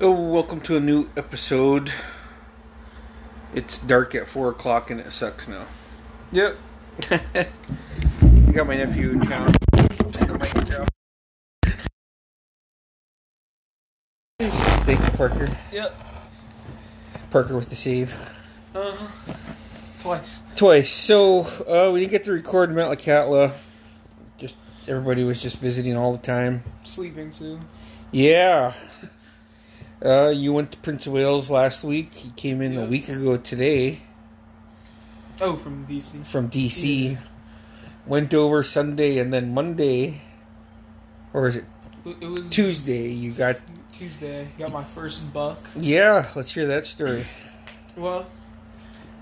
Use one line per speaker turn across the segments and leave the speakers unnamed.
Oh, welcome to a new episode. It's dark at four o'clock and it sucks now.
Yep.
I got my nephew in town. My intro. Thank you, Parker.
Yep.
Parker with the save.
Uh-huh. Twice.
Twice. So uh, we didn't get to record Mount Lacatla. Just everybody was just visiting all the time.
Sleeping Sue.
Yeah. Uh, you went to Prince of Wales last week. You came in a
Yeah.
week ago today.
Oh, from DC.
from DC. Went over Sunday and then Monday, or is it
It it was
Tuesday? You got
Tuesday. Got my first buck.
yeah. Let's hear that story.
Well,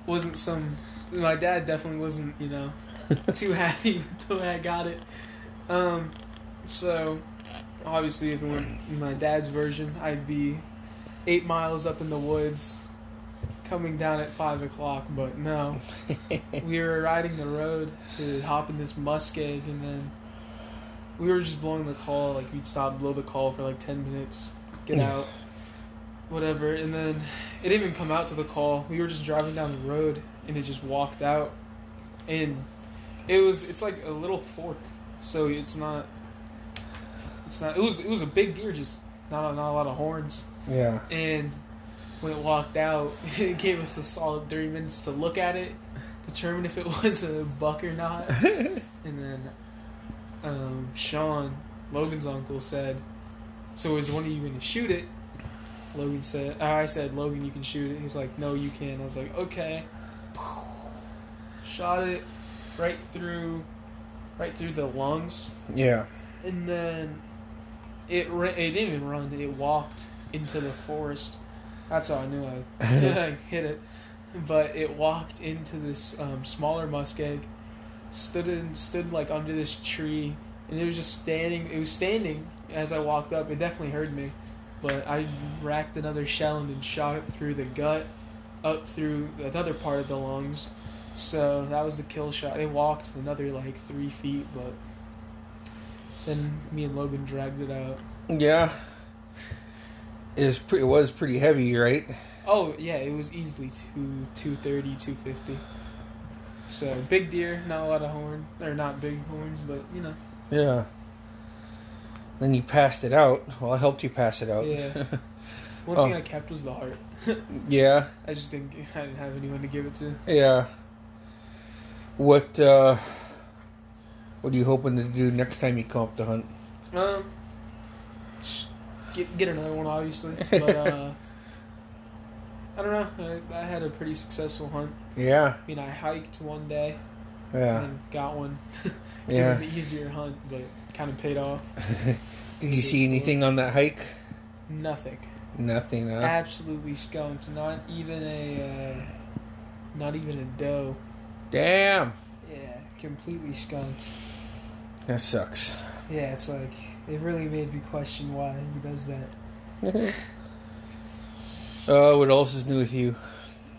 wasn't some. My dad definitely wasn't, you know, too happy with the way I got it. Um, so obviously, if it were my dad's version, I'd be eight miles up in the woods, coming down at five o'clock. But no, we were riding the road to hop in this muskeg, and then we were just blowing the call. Like we'd stop, blow the call for like ten minutes, get out, whatever, and then it didn't even come out to the call. We were just driving down the road, and it just walked out, and it was it's like a little fork, so it's not. It's not. It was it was a big deer, just not not a lot of horns.
yeah.
And when it walked out, it gave us a solid 30 minutes to look at it, determine if it was a buck or not. and then um, Sean, Logan's uncle, said, So is one of you going to shoot it? Logan said, uh, I said, Logan, you can shoot it. He's like, No, you can. I was like, Okay. Shot it right through, right through the lungs
Yeah.
and then it ra- it didn't even run. It walked into the forest. That's how I knew I, I hit it. But it walked into this um, smaller muskeg, stood in stood like under this tree, and it was just standing. It was standing as I walked up. It definitely heard me, but I racked another shell and then shot it through the gut, up through another part of the lungs. So that was the kill shot. It walked another like three feet, but then me and Logan dragged it out.
Yeah. It was, pre- it was pretty heavy, right?
Oh yeah, it was easily two two thirty, two fifty. So big deer, not a lot of horn, or not big horns, but you know,
Yeah. Then you passed it out. Well, I helped you pass it out.
yeah. One
Oh.
thing I kept was the heart.
yeah.
I just didn't, I didn't have anyone to give it to.
Yeah. What uh, What are you hoping to do next time you come up to hunt?
Um, sh- get get another one, obviously. But uh, I don't know. I, I had a pretty successful hunt.
Yeah.
I mean, I hiked one day
Yeah.
and got one.
Mm-hmm. Yeah.
Given the easier hunt, but kind of paid off.
Did you see anything on that hike?
Nothing.
Nothing. Huh?
Uh, absolutely skunked. Not even a, uh, not even a doe.
Damn.
Yeah, completely skunked.
That sucks.
Yeah, it's like it really made me question why he does that.
Oh, what else is new with you?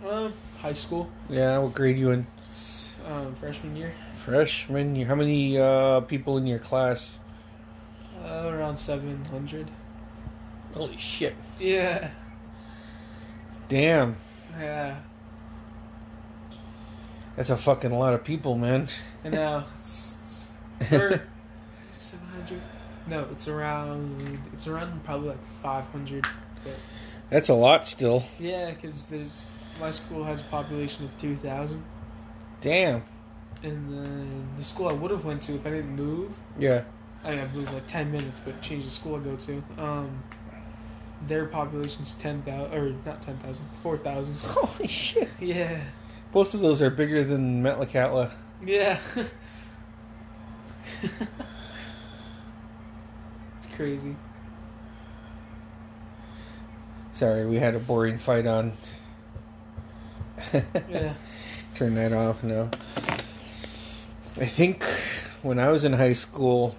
Um, high school,
Yeah, what grade you in?
s- um, freshman year,
Freshman. year. How many uh, people in your class?
uh, around seven hundred.
Holy shit.
Yeah,
Damn.
yeah.
That's a fucking lot of people, man.
And now it's, it's or seven hundred. No, it's around. It's around probably like five hundred.
That's a lot still.
Yeah, because there's my school has a population of two thousand.
Damn.
And then the school I would have went to if I didn't move,
Yeah.
I mean, I've moved like ten minutes, but change the school I go to. Um, their population's ten thousand or not ten thousand, four thousand.
Holy shit.
Yeah,
Most of those are bigger than Metlakatla.
yeah. it's crazy.
Sorry, we had a boring fight on
yeah.
Turn that off now. I think when I was in high school,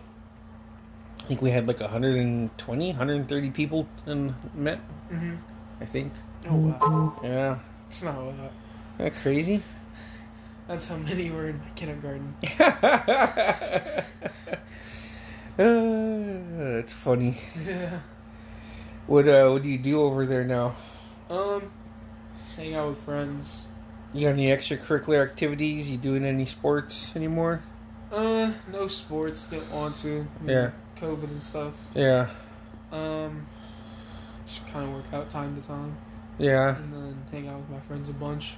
I think we had like 120, 130 people in met.
Mm-hmm.
I think.
Oh wow,
Yeah.
it's not a lot.
Isn't that crazy?
That's how many were in my kindergarten.
uh, that's funny.
Yeah.
What uh, what do you do over there now?
Um, hang out with friends.
You got any extracurricular activities? You doing any sports anymore?
Uh, no sports. Didn't want to. you
Yeah.
know, COVID and stuff.
Yeah,
Um, just kind of work out time to time,
yeah.
and then hang out with my friends a bunch.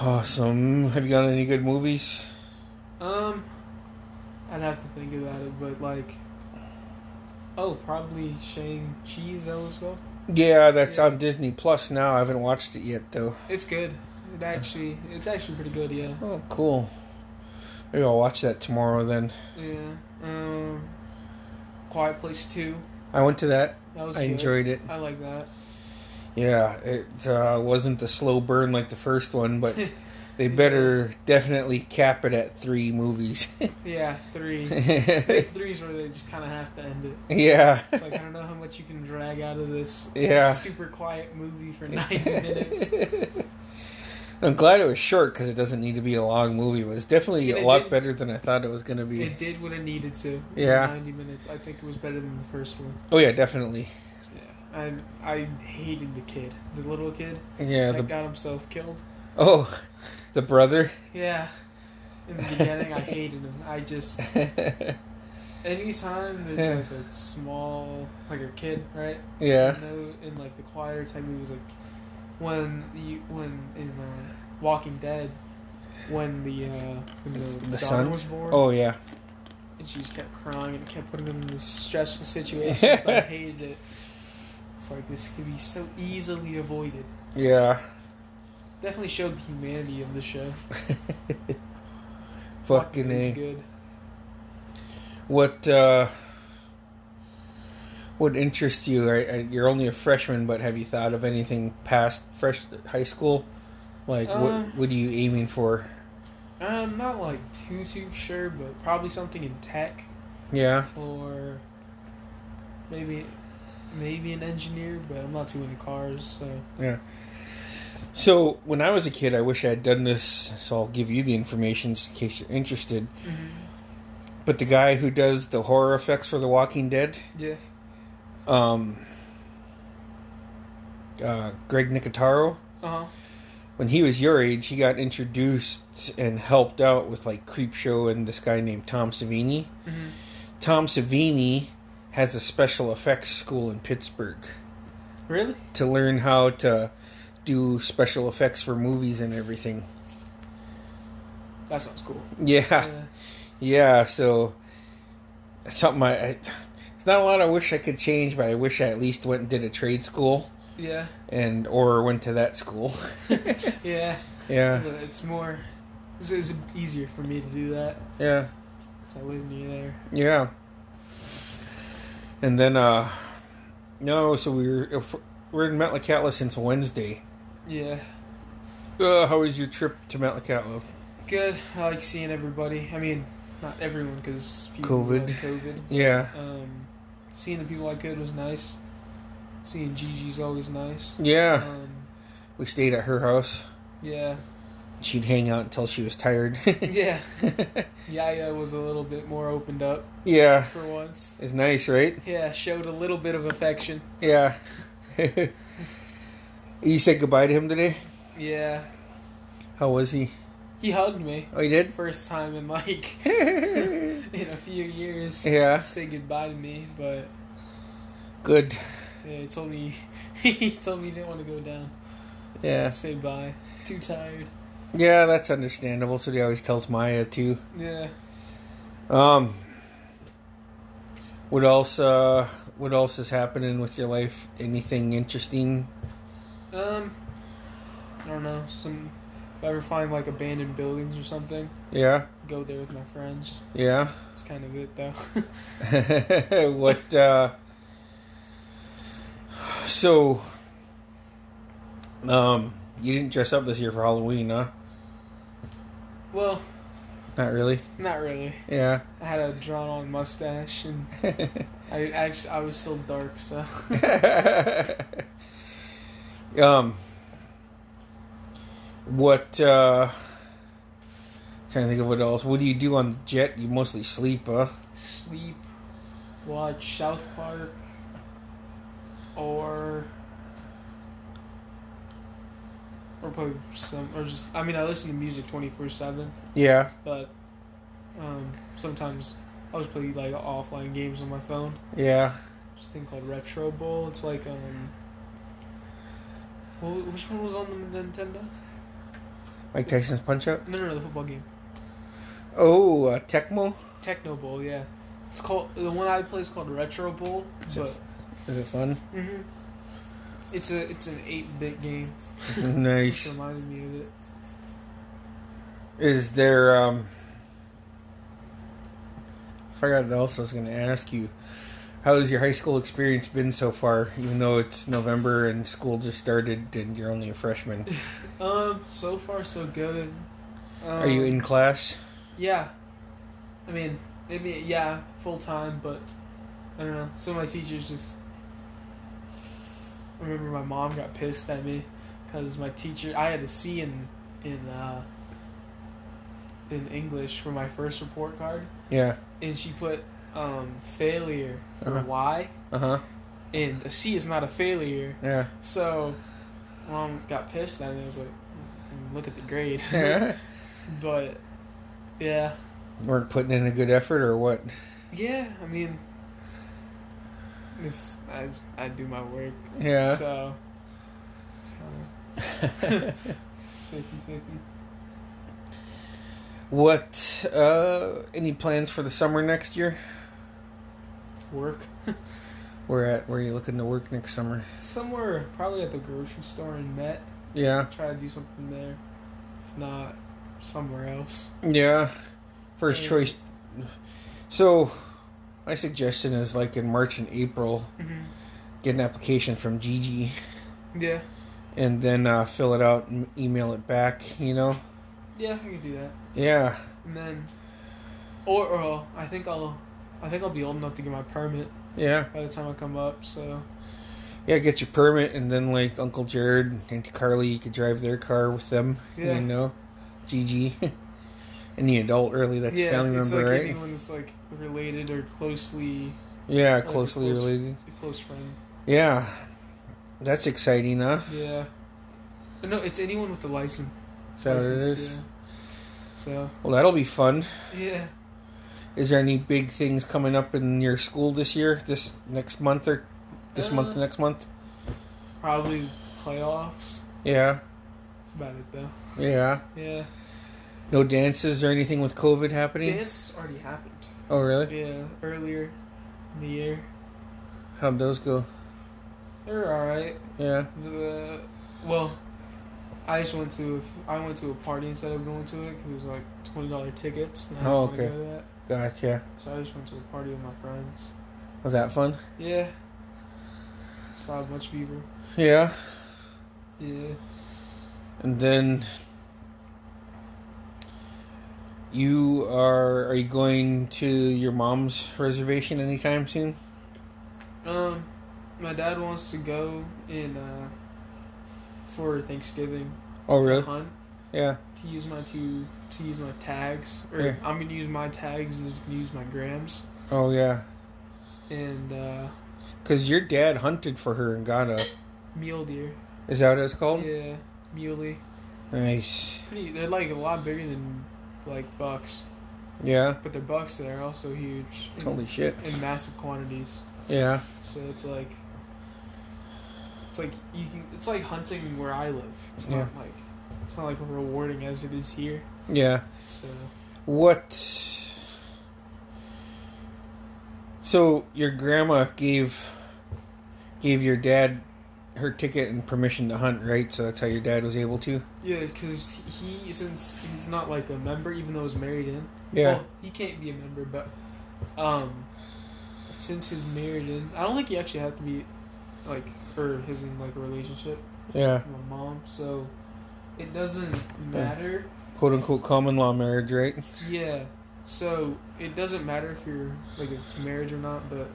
Awesome. Have you got any good movies?
Um, I'd have to think about it, but like, oh, probably Shang Chi is that what it's called?
Yeah, that's
Yeah.
on Disney Plus now. I haven't watched it yet though.
It's good. It actually, it's actually pretty good. Yeah.
Oh, cool. Maybe I'll watch that tomorrow then.
Yeah. Um, Quiet Place Two.
I went to that.
That was.
I
good.
enjoyed it.
I like that.
Yeah, it uh, wasn't the slow burn like the first one, but they better definitely cap it at three movies.
Yeah, three. Three's where they just kind of have to end it.
yeah.
It's like I don't know how much you can drag out of this
Yeah.
super quiet movie for ninety minutes.
I'm glad it was short because it doesn't need to be a long movie. It was definitely
And
a
it
lot
did-
better than I thought it was going to be.
It did what it needed to. in
Yeah.
ninety minutes. I think it was better than the first one.
oh, yeah, definitely.
Yeah, I I hated the kid, the little kid
Yeah.
that
The,
got himself killed.
oh, the brother.
Yeah, in the beginning I hated him. I just anytime there's
Yeah.
like a small like a kid, right?
yeah.
And those- in like the choir type movies, like when you when in uh, Walking Dead, when the uh, when the,
The
daughter
son?
was born,
Oh, yeah.
and she just kept crying and it kept putting them in these stressful situations. I hated it. It's like this could be so easily avoided.
Yeah.
Definitely showed the humanity of the show.
Fucking
it was
A.
good.
What, uh,. What interests you? I, I, you're only a freshman, but have you thought of anything past fresh high school? Like,
Um,
what what are you aiming for?
I'm Um, not like too too sure, but probably something in tech
Yeah,
or maybe maybe an engineer. But I'm not too into cars, so.
Yeah. So when I was a kid, I wish I had done this. So I'll give you the information just in case you're interested. But the guy who does the horror effects for The Walking Dead,
Yeah.
um, uh, Greg Nicotero,
Uh huh.
when he was your age, he got introduced and helped out with like Creepshow and this guy named Tom Savini.
Mm-hmm.
Tom Savini has a special effects school in Pittsburgh
Really?
to learn how to do special effects for movies and everything.
That sounds cool.
Yeah.
Yeah.
Yeah, so it's something I, I it's not a lot I wish I could change, but I wish I at least went and did a trade school
yeah.
and or went to that school.
Yeah.
Yeah,
But it's more. It's, it's easier for me to do that
yeah,
because I live near there.
yeah. And then uh no, so we were if we're in Metlakatla since Wednesday.
Yeah.
Uh, how was your trip to Metlakatla?
Good. I like seeing everybody. I mean, not everyone because
COVID.
COVID.
Yeah,
Um, seeing the people I could was nice. Seeing Gigi's always nice.
yeah.
Um,
We stayed at her house.
yeah.
She'd hang out until she was tired.
Yeah. Yaya was a little bit more opened up
yeah,
for once.
it's nice, right?
Yeah, showed a little bit of affection.
Yeah. you said goodbye to him today?
Yeah.
How was he?
He hugged me.
Oh, he did?
First time in like in a few years.
yeah.
Say goodbye to me, but
Good.
yeah, he told me he told me he didn't want to go down.
Yeah.
Say bye. Too tired.
Yeah, that's understandable. So he always tells Maya too.
Yeah.
Um what else uh what else is happening with your life? Anything interesting?
Um. I don't know. Some. If I ever find like abandoned buildings or something,
Yeah.
go there with my friends.
Yeah.
It's kind of it though.
what uh so um you didn't dress up this year for Halloween, huh?
Well,
Not really.
not really.
Yeah.
I had a drawn-on mustache, and I actually I was still dark, so
um, what? Uh, trying to think of what else. What do you do on the jet? You mostly sleep, huh?
sleep, watch South Park, or or play some, or just I mean I listen to music twenty four seven.
Yeah.
but um, sometimes I was play like offline games on my phone.
Yeah.
This thing called Retro Bowl. It's like um, wh- which one was on the Nintendo?
Mike Tyson's Punch Out.
No, no, no, the football game.
Oh, uh, Tecmo.
Techno Bowl. Yeah, it's called the one I play is called Retro Bowl.
Is
but
it- Is it fun?
hmm it's a it's an eight bit game. Which
nice.
reminded me of it.
Is there? Um, I forgot what else I was going to ask you. How's your high school experience been so far? Even though it's November and school just started, and you're only a freshman,
Um, so far so good. Um,
are you in class?
Yeah. I mean, maybe yeah, full time, but I don't know. Some of my teachers just. I remember my mom got pissed at me because my teacher. I had a C in in uh, in English for my first report card,
Yeah.
and she put um, failure for
Uh-huh.
Y,
Uh huh.
and a C is not a failure.
Yeah.
So, mom got pissed at me. I was like, "Mm, look at the grade, but yeah.
Weren't putting in a good effort or what?
Yeah, I mean, if I, I do my work,
Yeah.
so. Uh, 50 50.
What? Uh, any plans for the summer next year?
Work.
Where at? Where are you looking to work next summer?
Somewhere, probably at the grocery store in Met.
Yeah.
Try to do something there. If not, somewhere else.
Yeah. First
Yeah.
choice. So, my suggestion is like in March and April,
Mm-hmm.
get an application from Gigi
Yeah.
and then uh, fill it out and email it back. You know.
Yeah, I can do that.
Yeah.
And then. Or, or I think I'll. I think I'll be old enough to get my permit
Yeah.
by the time I come up, so.
Yeah. Get your permit and then like Uncle Jared and Carly, you could drive their car with them.
Yeah.
You know, Gigi, any adult really that's a family
it's
member,
like
right?
anyone that's like related or closely
Yeah,
like a
closely
close-
related.
a close friend.
Yeah, that's exciting, huh?
Yeah. But no, it's anyone with a license.
Is that what it
license,
is?
Yeah. So
Well, that'll be fun.
yeah,
Is there any big things coming up in your school this year? This next month or this month?
Uh.
Next month?
probably playoffs.
Yeah,
That's about it though.
yeah.
Yeah.
No dances or anything with COVID happening.
Dance already happened.
Oh, really?
Yeah, earlier in the year.
How'd those go?
They're all right.
Yeah.
The Uh, well, I just went to I went to a party instead of going to it because it was like twenty dollar tickets. And I didn't
Oh,
wanna
okay.
go to that.
Gotcha.
So I just went to a party with my friends.
Was that fun?
Yeah. Saw a bunch of people.
Yeah.
Yeah.
And then you are are you going to your mom's reservation anytime soon?
Um, my dad wants to go in uh, for Thanksgiving.
Oh
to
really?
Hunt
Yeah.
to use my two to use my tags, or
Yeah.
I'm gonna use my tags and he's gonna use my grams.
Oh yeah.
And uh,
Cuz your dad hunted for her and got a
mule deer.
is that what it's called?
Yeah, muley.
Nice.
Pretty. They're like a lot bigger than like bucks,
Yeah.
but their bucks they're also huge. in-
Holy shit.
In massive quantities.
Yeah.
So it's like it's like you can it's like hunting where I live. It's not like it's not like rewarding as it is here.
Yeah.
So
What So your grandma gave gave your dad her ticket and permission to hunt, right? So that's how your dad was able to?
yeah, because he since he's not like a member, even though he's married in. Well, he can't be a member, but um, since he's married in, I don't think he actually had to be like or his in like a relationship
Yeah.
with my mom. So it doesn't matter.
quote unquote common law marriage, right?
Yeah. So it doesn't matter if you're like if it's marriage or not, but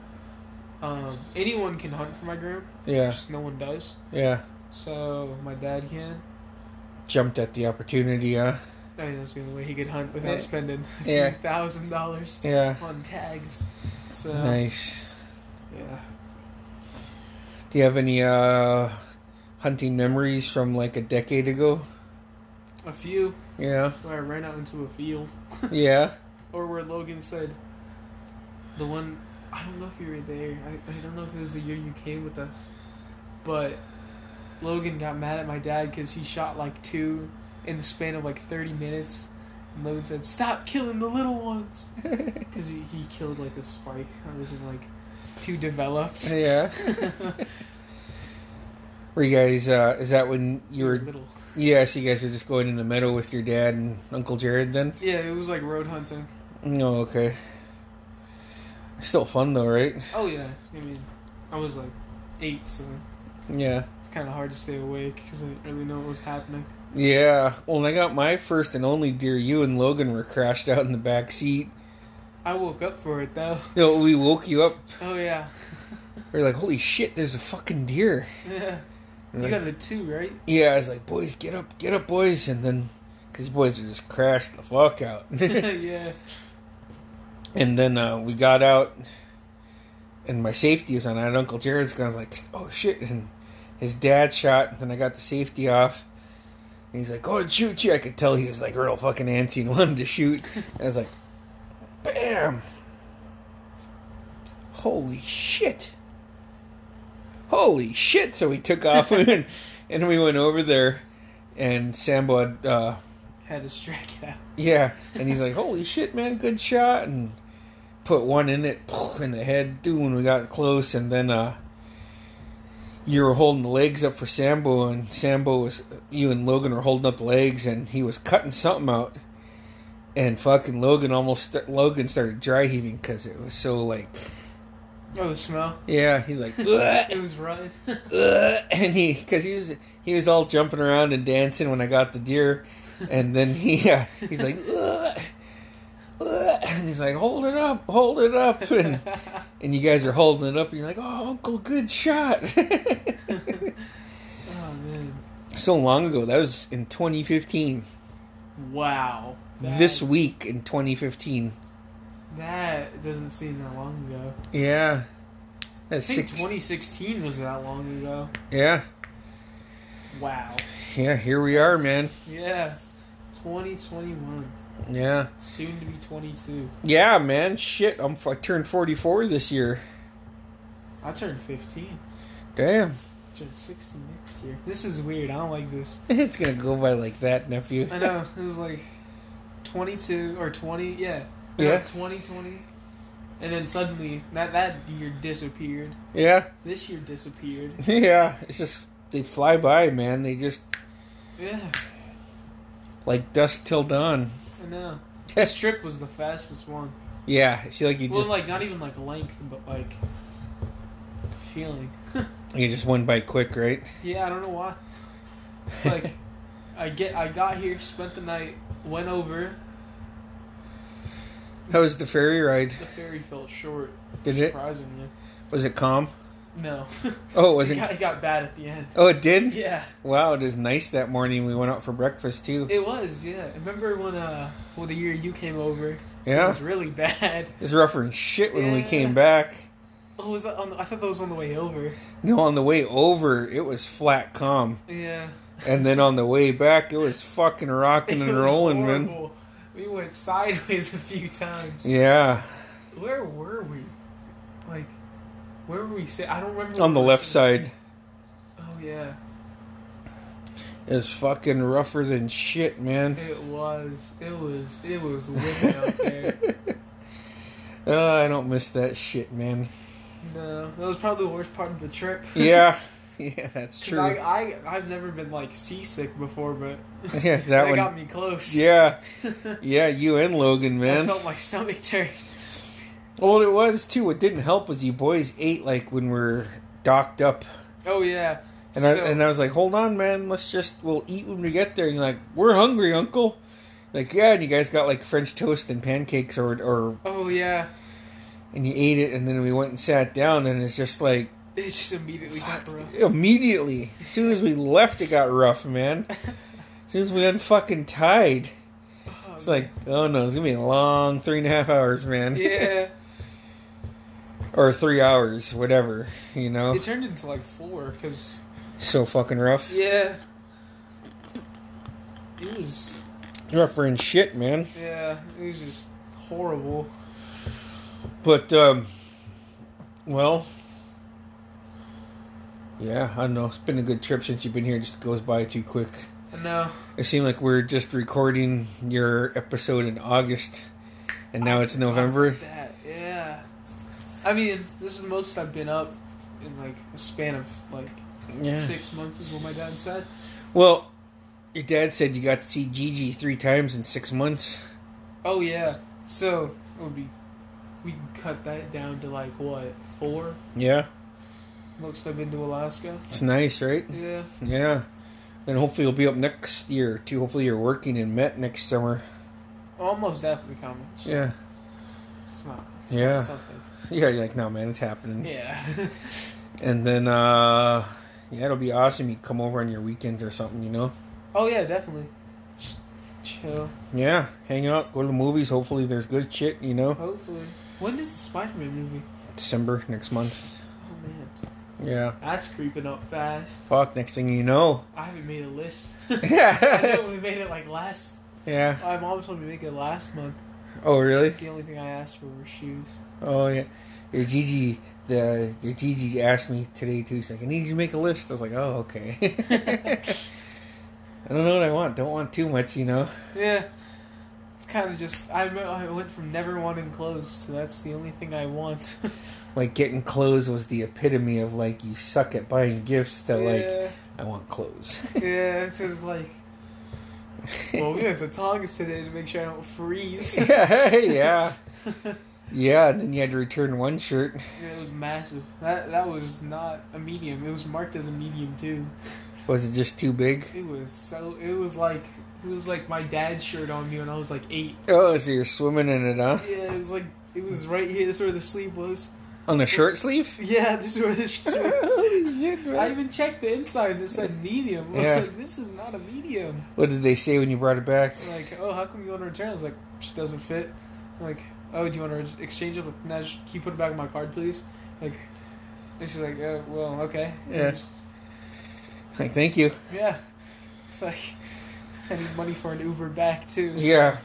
um, anyone can hunt for my gram.
Yeah,
Just no one does.
yeah.
So my dad can.
Jumped at the opportunity, huh?
I mean, that's the only way he could hunt without
Yeah.
spending a
Yeah.
few thousand dollars
Yeah.
on tags. So
Nice.
yeah.
Do you have any uh hunting memories from like a decade ago?
A few
Yeah.
where I ran out into a field,
Yeah.
or where Logan said, the one I don't know if you were there. I, I don't know if it was the year you came with us, but Logan got mad at my dad because he shot like two in the span of like thirty minutes, and Logan said, "Stop killing the little ones," because he, he killed like a spike. I was like too developed.
Yeah. Were you guys uh is that when you were
little.
Yeah, so you guys were just going in the meadow with your dad and Uncle Jared then?
Yeah, it was like road hunting.
No, okay. Still fun though, right?
Oh yeah, I mean, I was like eight, so
Yeah.
it's kind of hard to stay awake because I didn't really know what was happening.
Yeah. Well, when I got my first and only deer, you and Logan were crashed out in the back seat.
I woke up for it though.
You know, we woke you up.
Oh yeah,
We are like, holy shit, there's a fucking deer.
yeah.
And
You
like,
got a two, right?
yeah, I was like, boys, get up, get up, boys. And then, because boys were just crashed the fuck out.
yeah.
and then uh, we got out, and my safety was on. I had Uncle Jared's gun. I was like, oh shit. And his dad shot, and then I got the safety off. And he's like, oh, I'd shoot you. I could tell he was like real fucking antsy and wanted to shoot. And I was like, bam. Holy shit. Holy shit. So we took off and, and we went over there, and Sambo had. Uh,
Had a strike out.
yeah, and he's like, "Holy shit, man, good shot!" And put one in it poof, in the head. Dude, when we got close, and then uh, you were holding the legs up for Sambo, and Sambo was you and Logan were holding up the legs, and he was cutting something out, and fucking Logan almost st- Logan started dry heaving because it was so like,
Oh, the smell.
yeah, he's like,
It
"Ugh,
was rotten.
ugh," and he because he was he was all jumping around and dancing when I got the deer, and then he uh, he's like, "Ugh, ugh," and he's like, hold it up, hold it up, and and you guys are holding it up, and you're like, oh, Uncle, good shot.
oh man.
so long ago, that was in 2015.
Wow.
This
That-
week in 2015.
That doesn't seem that long ago.
Yeah,
I
that's
think
six.
2016 was that long ago.
Yeah,
Wow.
yeah, here we are, man.
Yeah. 2021.
Yeah,
Soon to be 22.
yeah, man. Shit, I'm f- I turned 44 this year.
I turned 15.
Damn,
I turned 16 next year. This is weird. I don't like this.
it's gonna go by like that, nephew.
I know. It was like 22 or 20. Yeah.
Yeah.
2020. And then suddenly, that, that year disappeared.
Yeah,
This year disappeared.
yeah. It's just they fly by, man. They just
Yeah.
like dusk till dawn.
I know. This trip was the fastest one.
Yeah, see, like you
well,
just
like, not even like length, but like feeling.
you just went by quick, right?
Yeah, I don't know why. It's like I get I got here, spent the night, went over,
How was the ferry ride?
the ferry felt short,
Did it?
surprisingly.
Was it calm?
No.
Oh, it
it,
wasn't.
got, it got bad at the end.
Oh, it did.
Yeah.
Wow, it was nice that morning. We went out for breakfast too.
It was, yeah. Remember when uh well the year you came over? It
Yeah,
was really bad.
it was rougher than shit when we
Yeah.
came back.
Oh, was that on the, I thought that was on the way over.
No, on the way over, it was flat calm,
Yeah.
and then on the way back, it was fucking rocking and
It was
rolling, man.
horrible. We went sideways a few times.
Yeah,
Where were we? Like where were we sit? I don't remember
on the
where
left
we-
side,
Oh yeah.
it was fucking rougher than shit, man.
It was. It was. It was wicked out there.
Oh, I don't miss that shit, man.
No, that was probably the worst part of the trip.
Yeah, yeah, that's
Because
true.
I, I, I've never been like seasick before, but
yeah, that,
that,
one.
got me close.
Yeah, yeah, you and Logan,
I
man.
felt my stomach turn.
Well, it was too. What didn't help was you boys ate like when we are docked up.
Oh yeah.
And
So-
I and I was like, hold on, man, let's just we'll eat when we get there. And you're like, we're hungry, Uncle. Like yeah, and you guys got like French toast and pancakes or or
Oh yeah,
and you ate it, and then we went and sat down, and it's just like
it just immediately got rough.
immediately as soon as we left, it got rough, man. As soon as we unfucking tied,
Oh,
it's like oh no, it's gonna be a long three and a half hours, man.
yeah,
or three hours, whatever. You know,
it turned into like four because
so fucking rough.
yeah, it was
Rough for in shit, man.
yeah, it was just horrible.
But um well Yeah, I don't know. It's been a good trip since you've been here, it just goes by too quick.
No,
It seemed like we are just recording your episode in August and now it's November.
that yeah. I mean, this is the most I've been up in like a span of like
Yeah.
six months, is what my dad said.
Well, your dad said you got to see Gigi three times in six months.
Oh yeah. So it would be we can cut that down to like what, four?
Yeah.
Most I've been to Alaska.
It's nice, right?
Yeah.
Yeah. Then hopefully you'll be up next year too. Hopefully you're working in Met next summer.
Almost definitely coming. So
Yeah.
It's not it's
Yeah.
not something.
Yeah, you're like, no man, it's happening.
Yeah.
And then, uh, yeah, it'll be awesome. You come over on your weekends or something, you know?
oh yeah, definitely. Just chill.
Yeah, hang out, go to the movies. Hopefully, there's good shit, you know?
Hopefully. When does the Spider Man movie?
December next month.
Oh man.
Yeah.
That's creeping up fast.
Fuck, next thing you know.
I haven't made a list. I
yeah.
know we made it like last my mom told me to make it last month.
Oh, really?
The only thing I asked for were shoes.
Oh, yeah. Your Gigi, the, your Gigi asked me today, too. She's like, I need you to make a list. I was like, oh, okay. I don't know what I want. Don't want too much, you know?
Yeah. It's kind of just I me- I went from never wanting clothes to that's the only thing I want.
Like, getting clothes was the epitome of, like, you suck at buying gifts to, like,
yeah,
I want clothes.
yeah, it's just like well, we went to Tonga today to make sure I don't freeze. yeah,
yeah, yeah, yeah. And then you had to return one shirt.
it was massive. That that was not a medium. It was marked as a medium too.
Was it just too big?
It was so it was like it was like my dad's shirt on me when I was like 8.
Oh, so you're swimming in it, huh?
Yeah, it was like it was right here. This is where the sleeve was.
On the short sleeve?
Yeah, this is where this shirt
Holy shit, man.
I even checked the inside and it said medium. I was
Yeah.
like, this is not a medium.
What did they say when you brought it back?
Like, oh, how come you want to return? I was like, just doesn't fit. I'm like, oh, do you want to exchange it? Like, nah, just, can you put it back in my card, please? Like, and she's like, oh, well, okay. And
Yeah.
just-
Like, thank you.
yeah. It's like, I need money for an Uber back, too. So-
Yeah.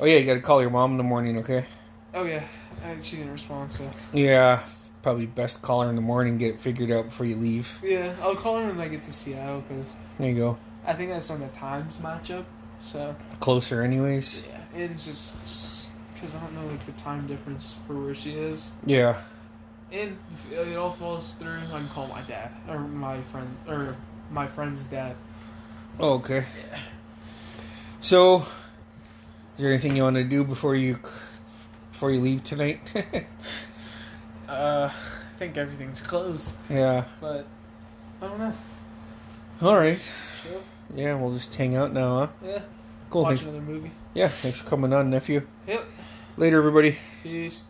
Oh yeah, you gotta call your mom in the morning, okay?
Oh, yeah. I, she didn't respond, so.
Yeah. Probably best call her in the morning, get it figured out before you leave.
Yeah, I'll call her when I get to Seattle because
There you go.
I think that's on the Times matchup, so.
Closer, anyways.
Yeah, and it's just because I don't know like the time difference for where she is,
Yeah.
and if it all falls through. I can call my dad or my friend or my friend's dad.
Oh, okay. So, is there anything you want to do before you before you leave tonight?
Uh, I think everything's closed,
yeah.
but I don't know.
All right.
Chill.
Yeah, we'll just hang out now, huh?
Yeah,
Cool.
watch
Thanks.
another movie.
Yeah, thanks for coming on, nephew.
Yep.
Later, everybody.
Peace.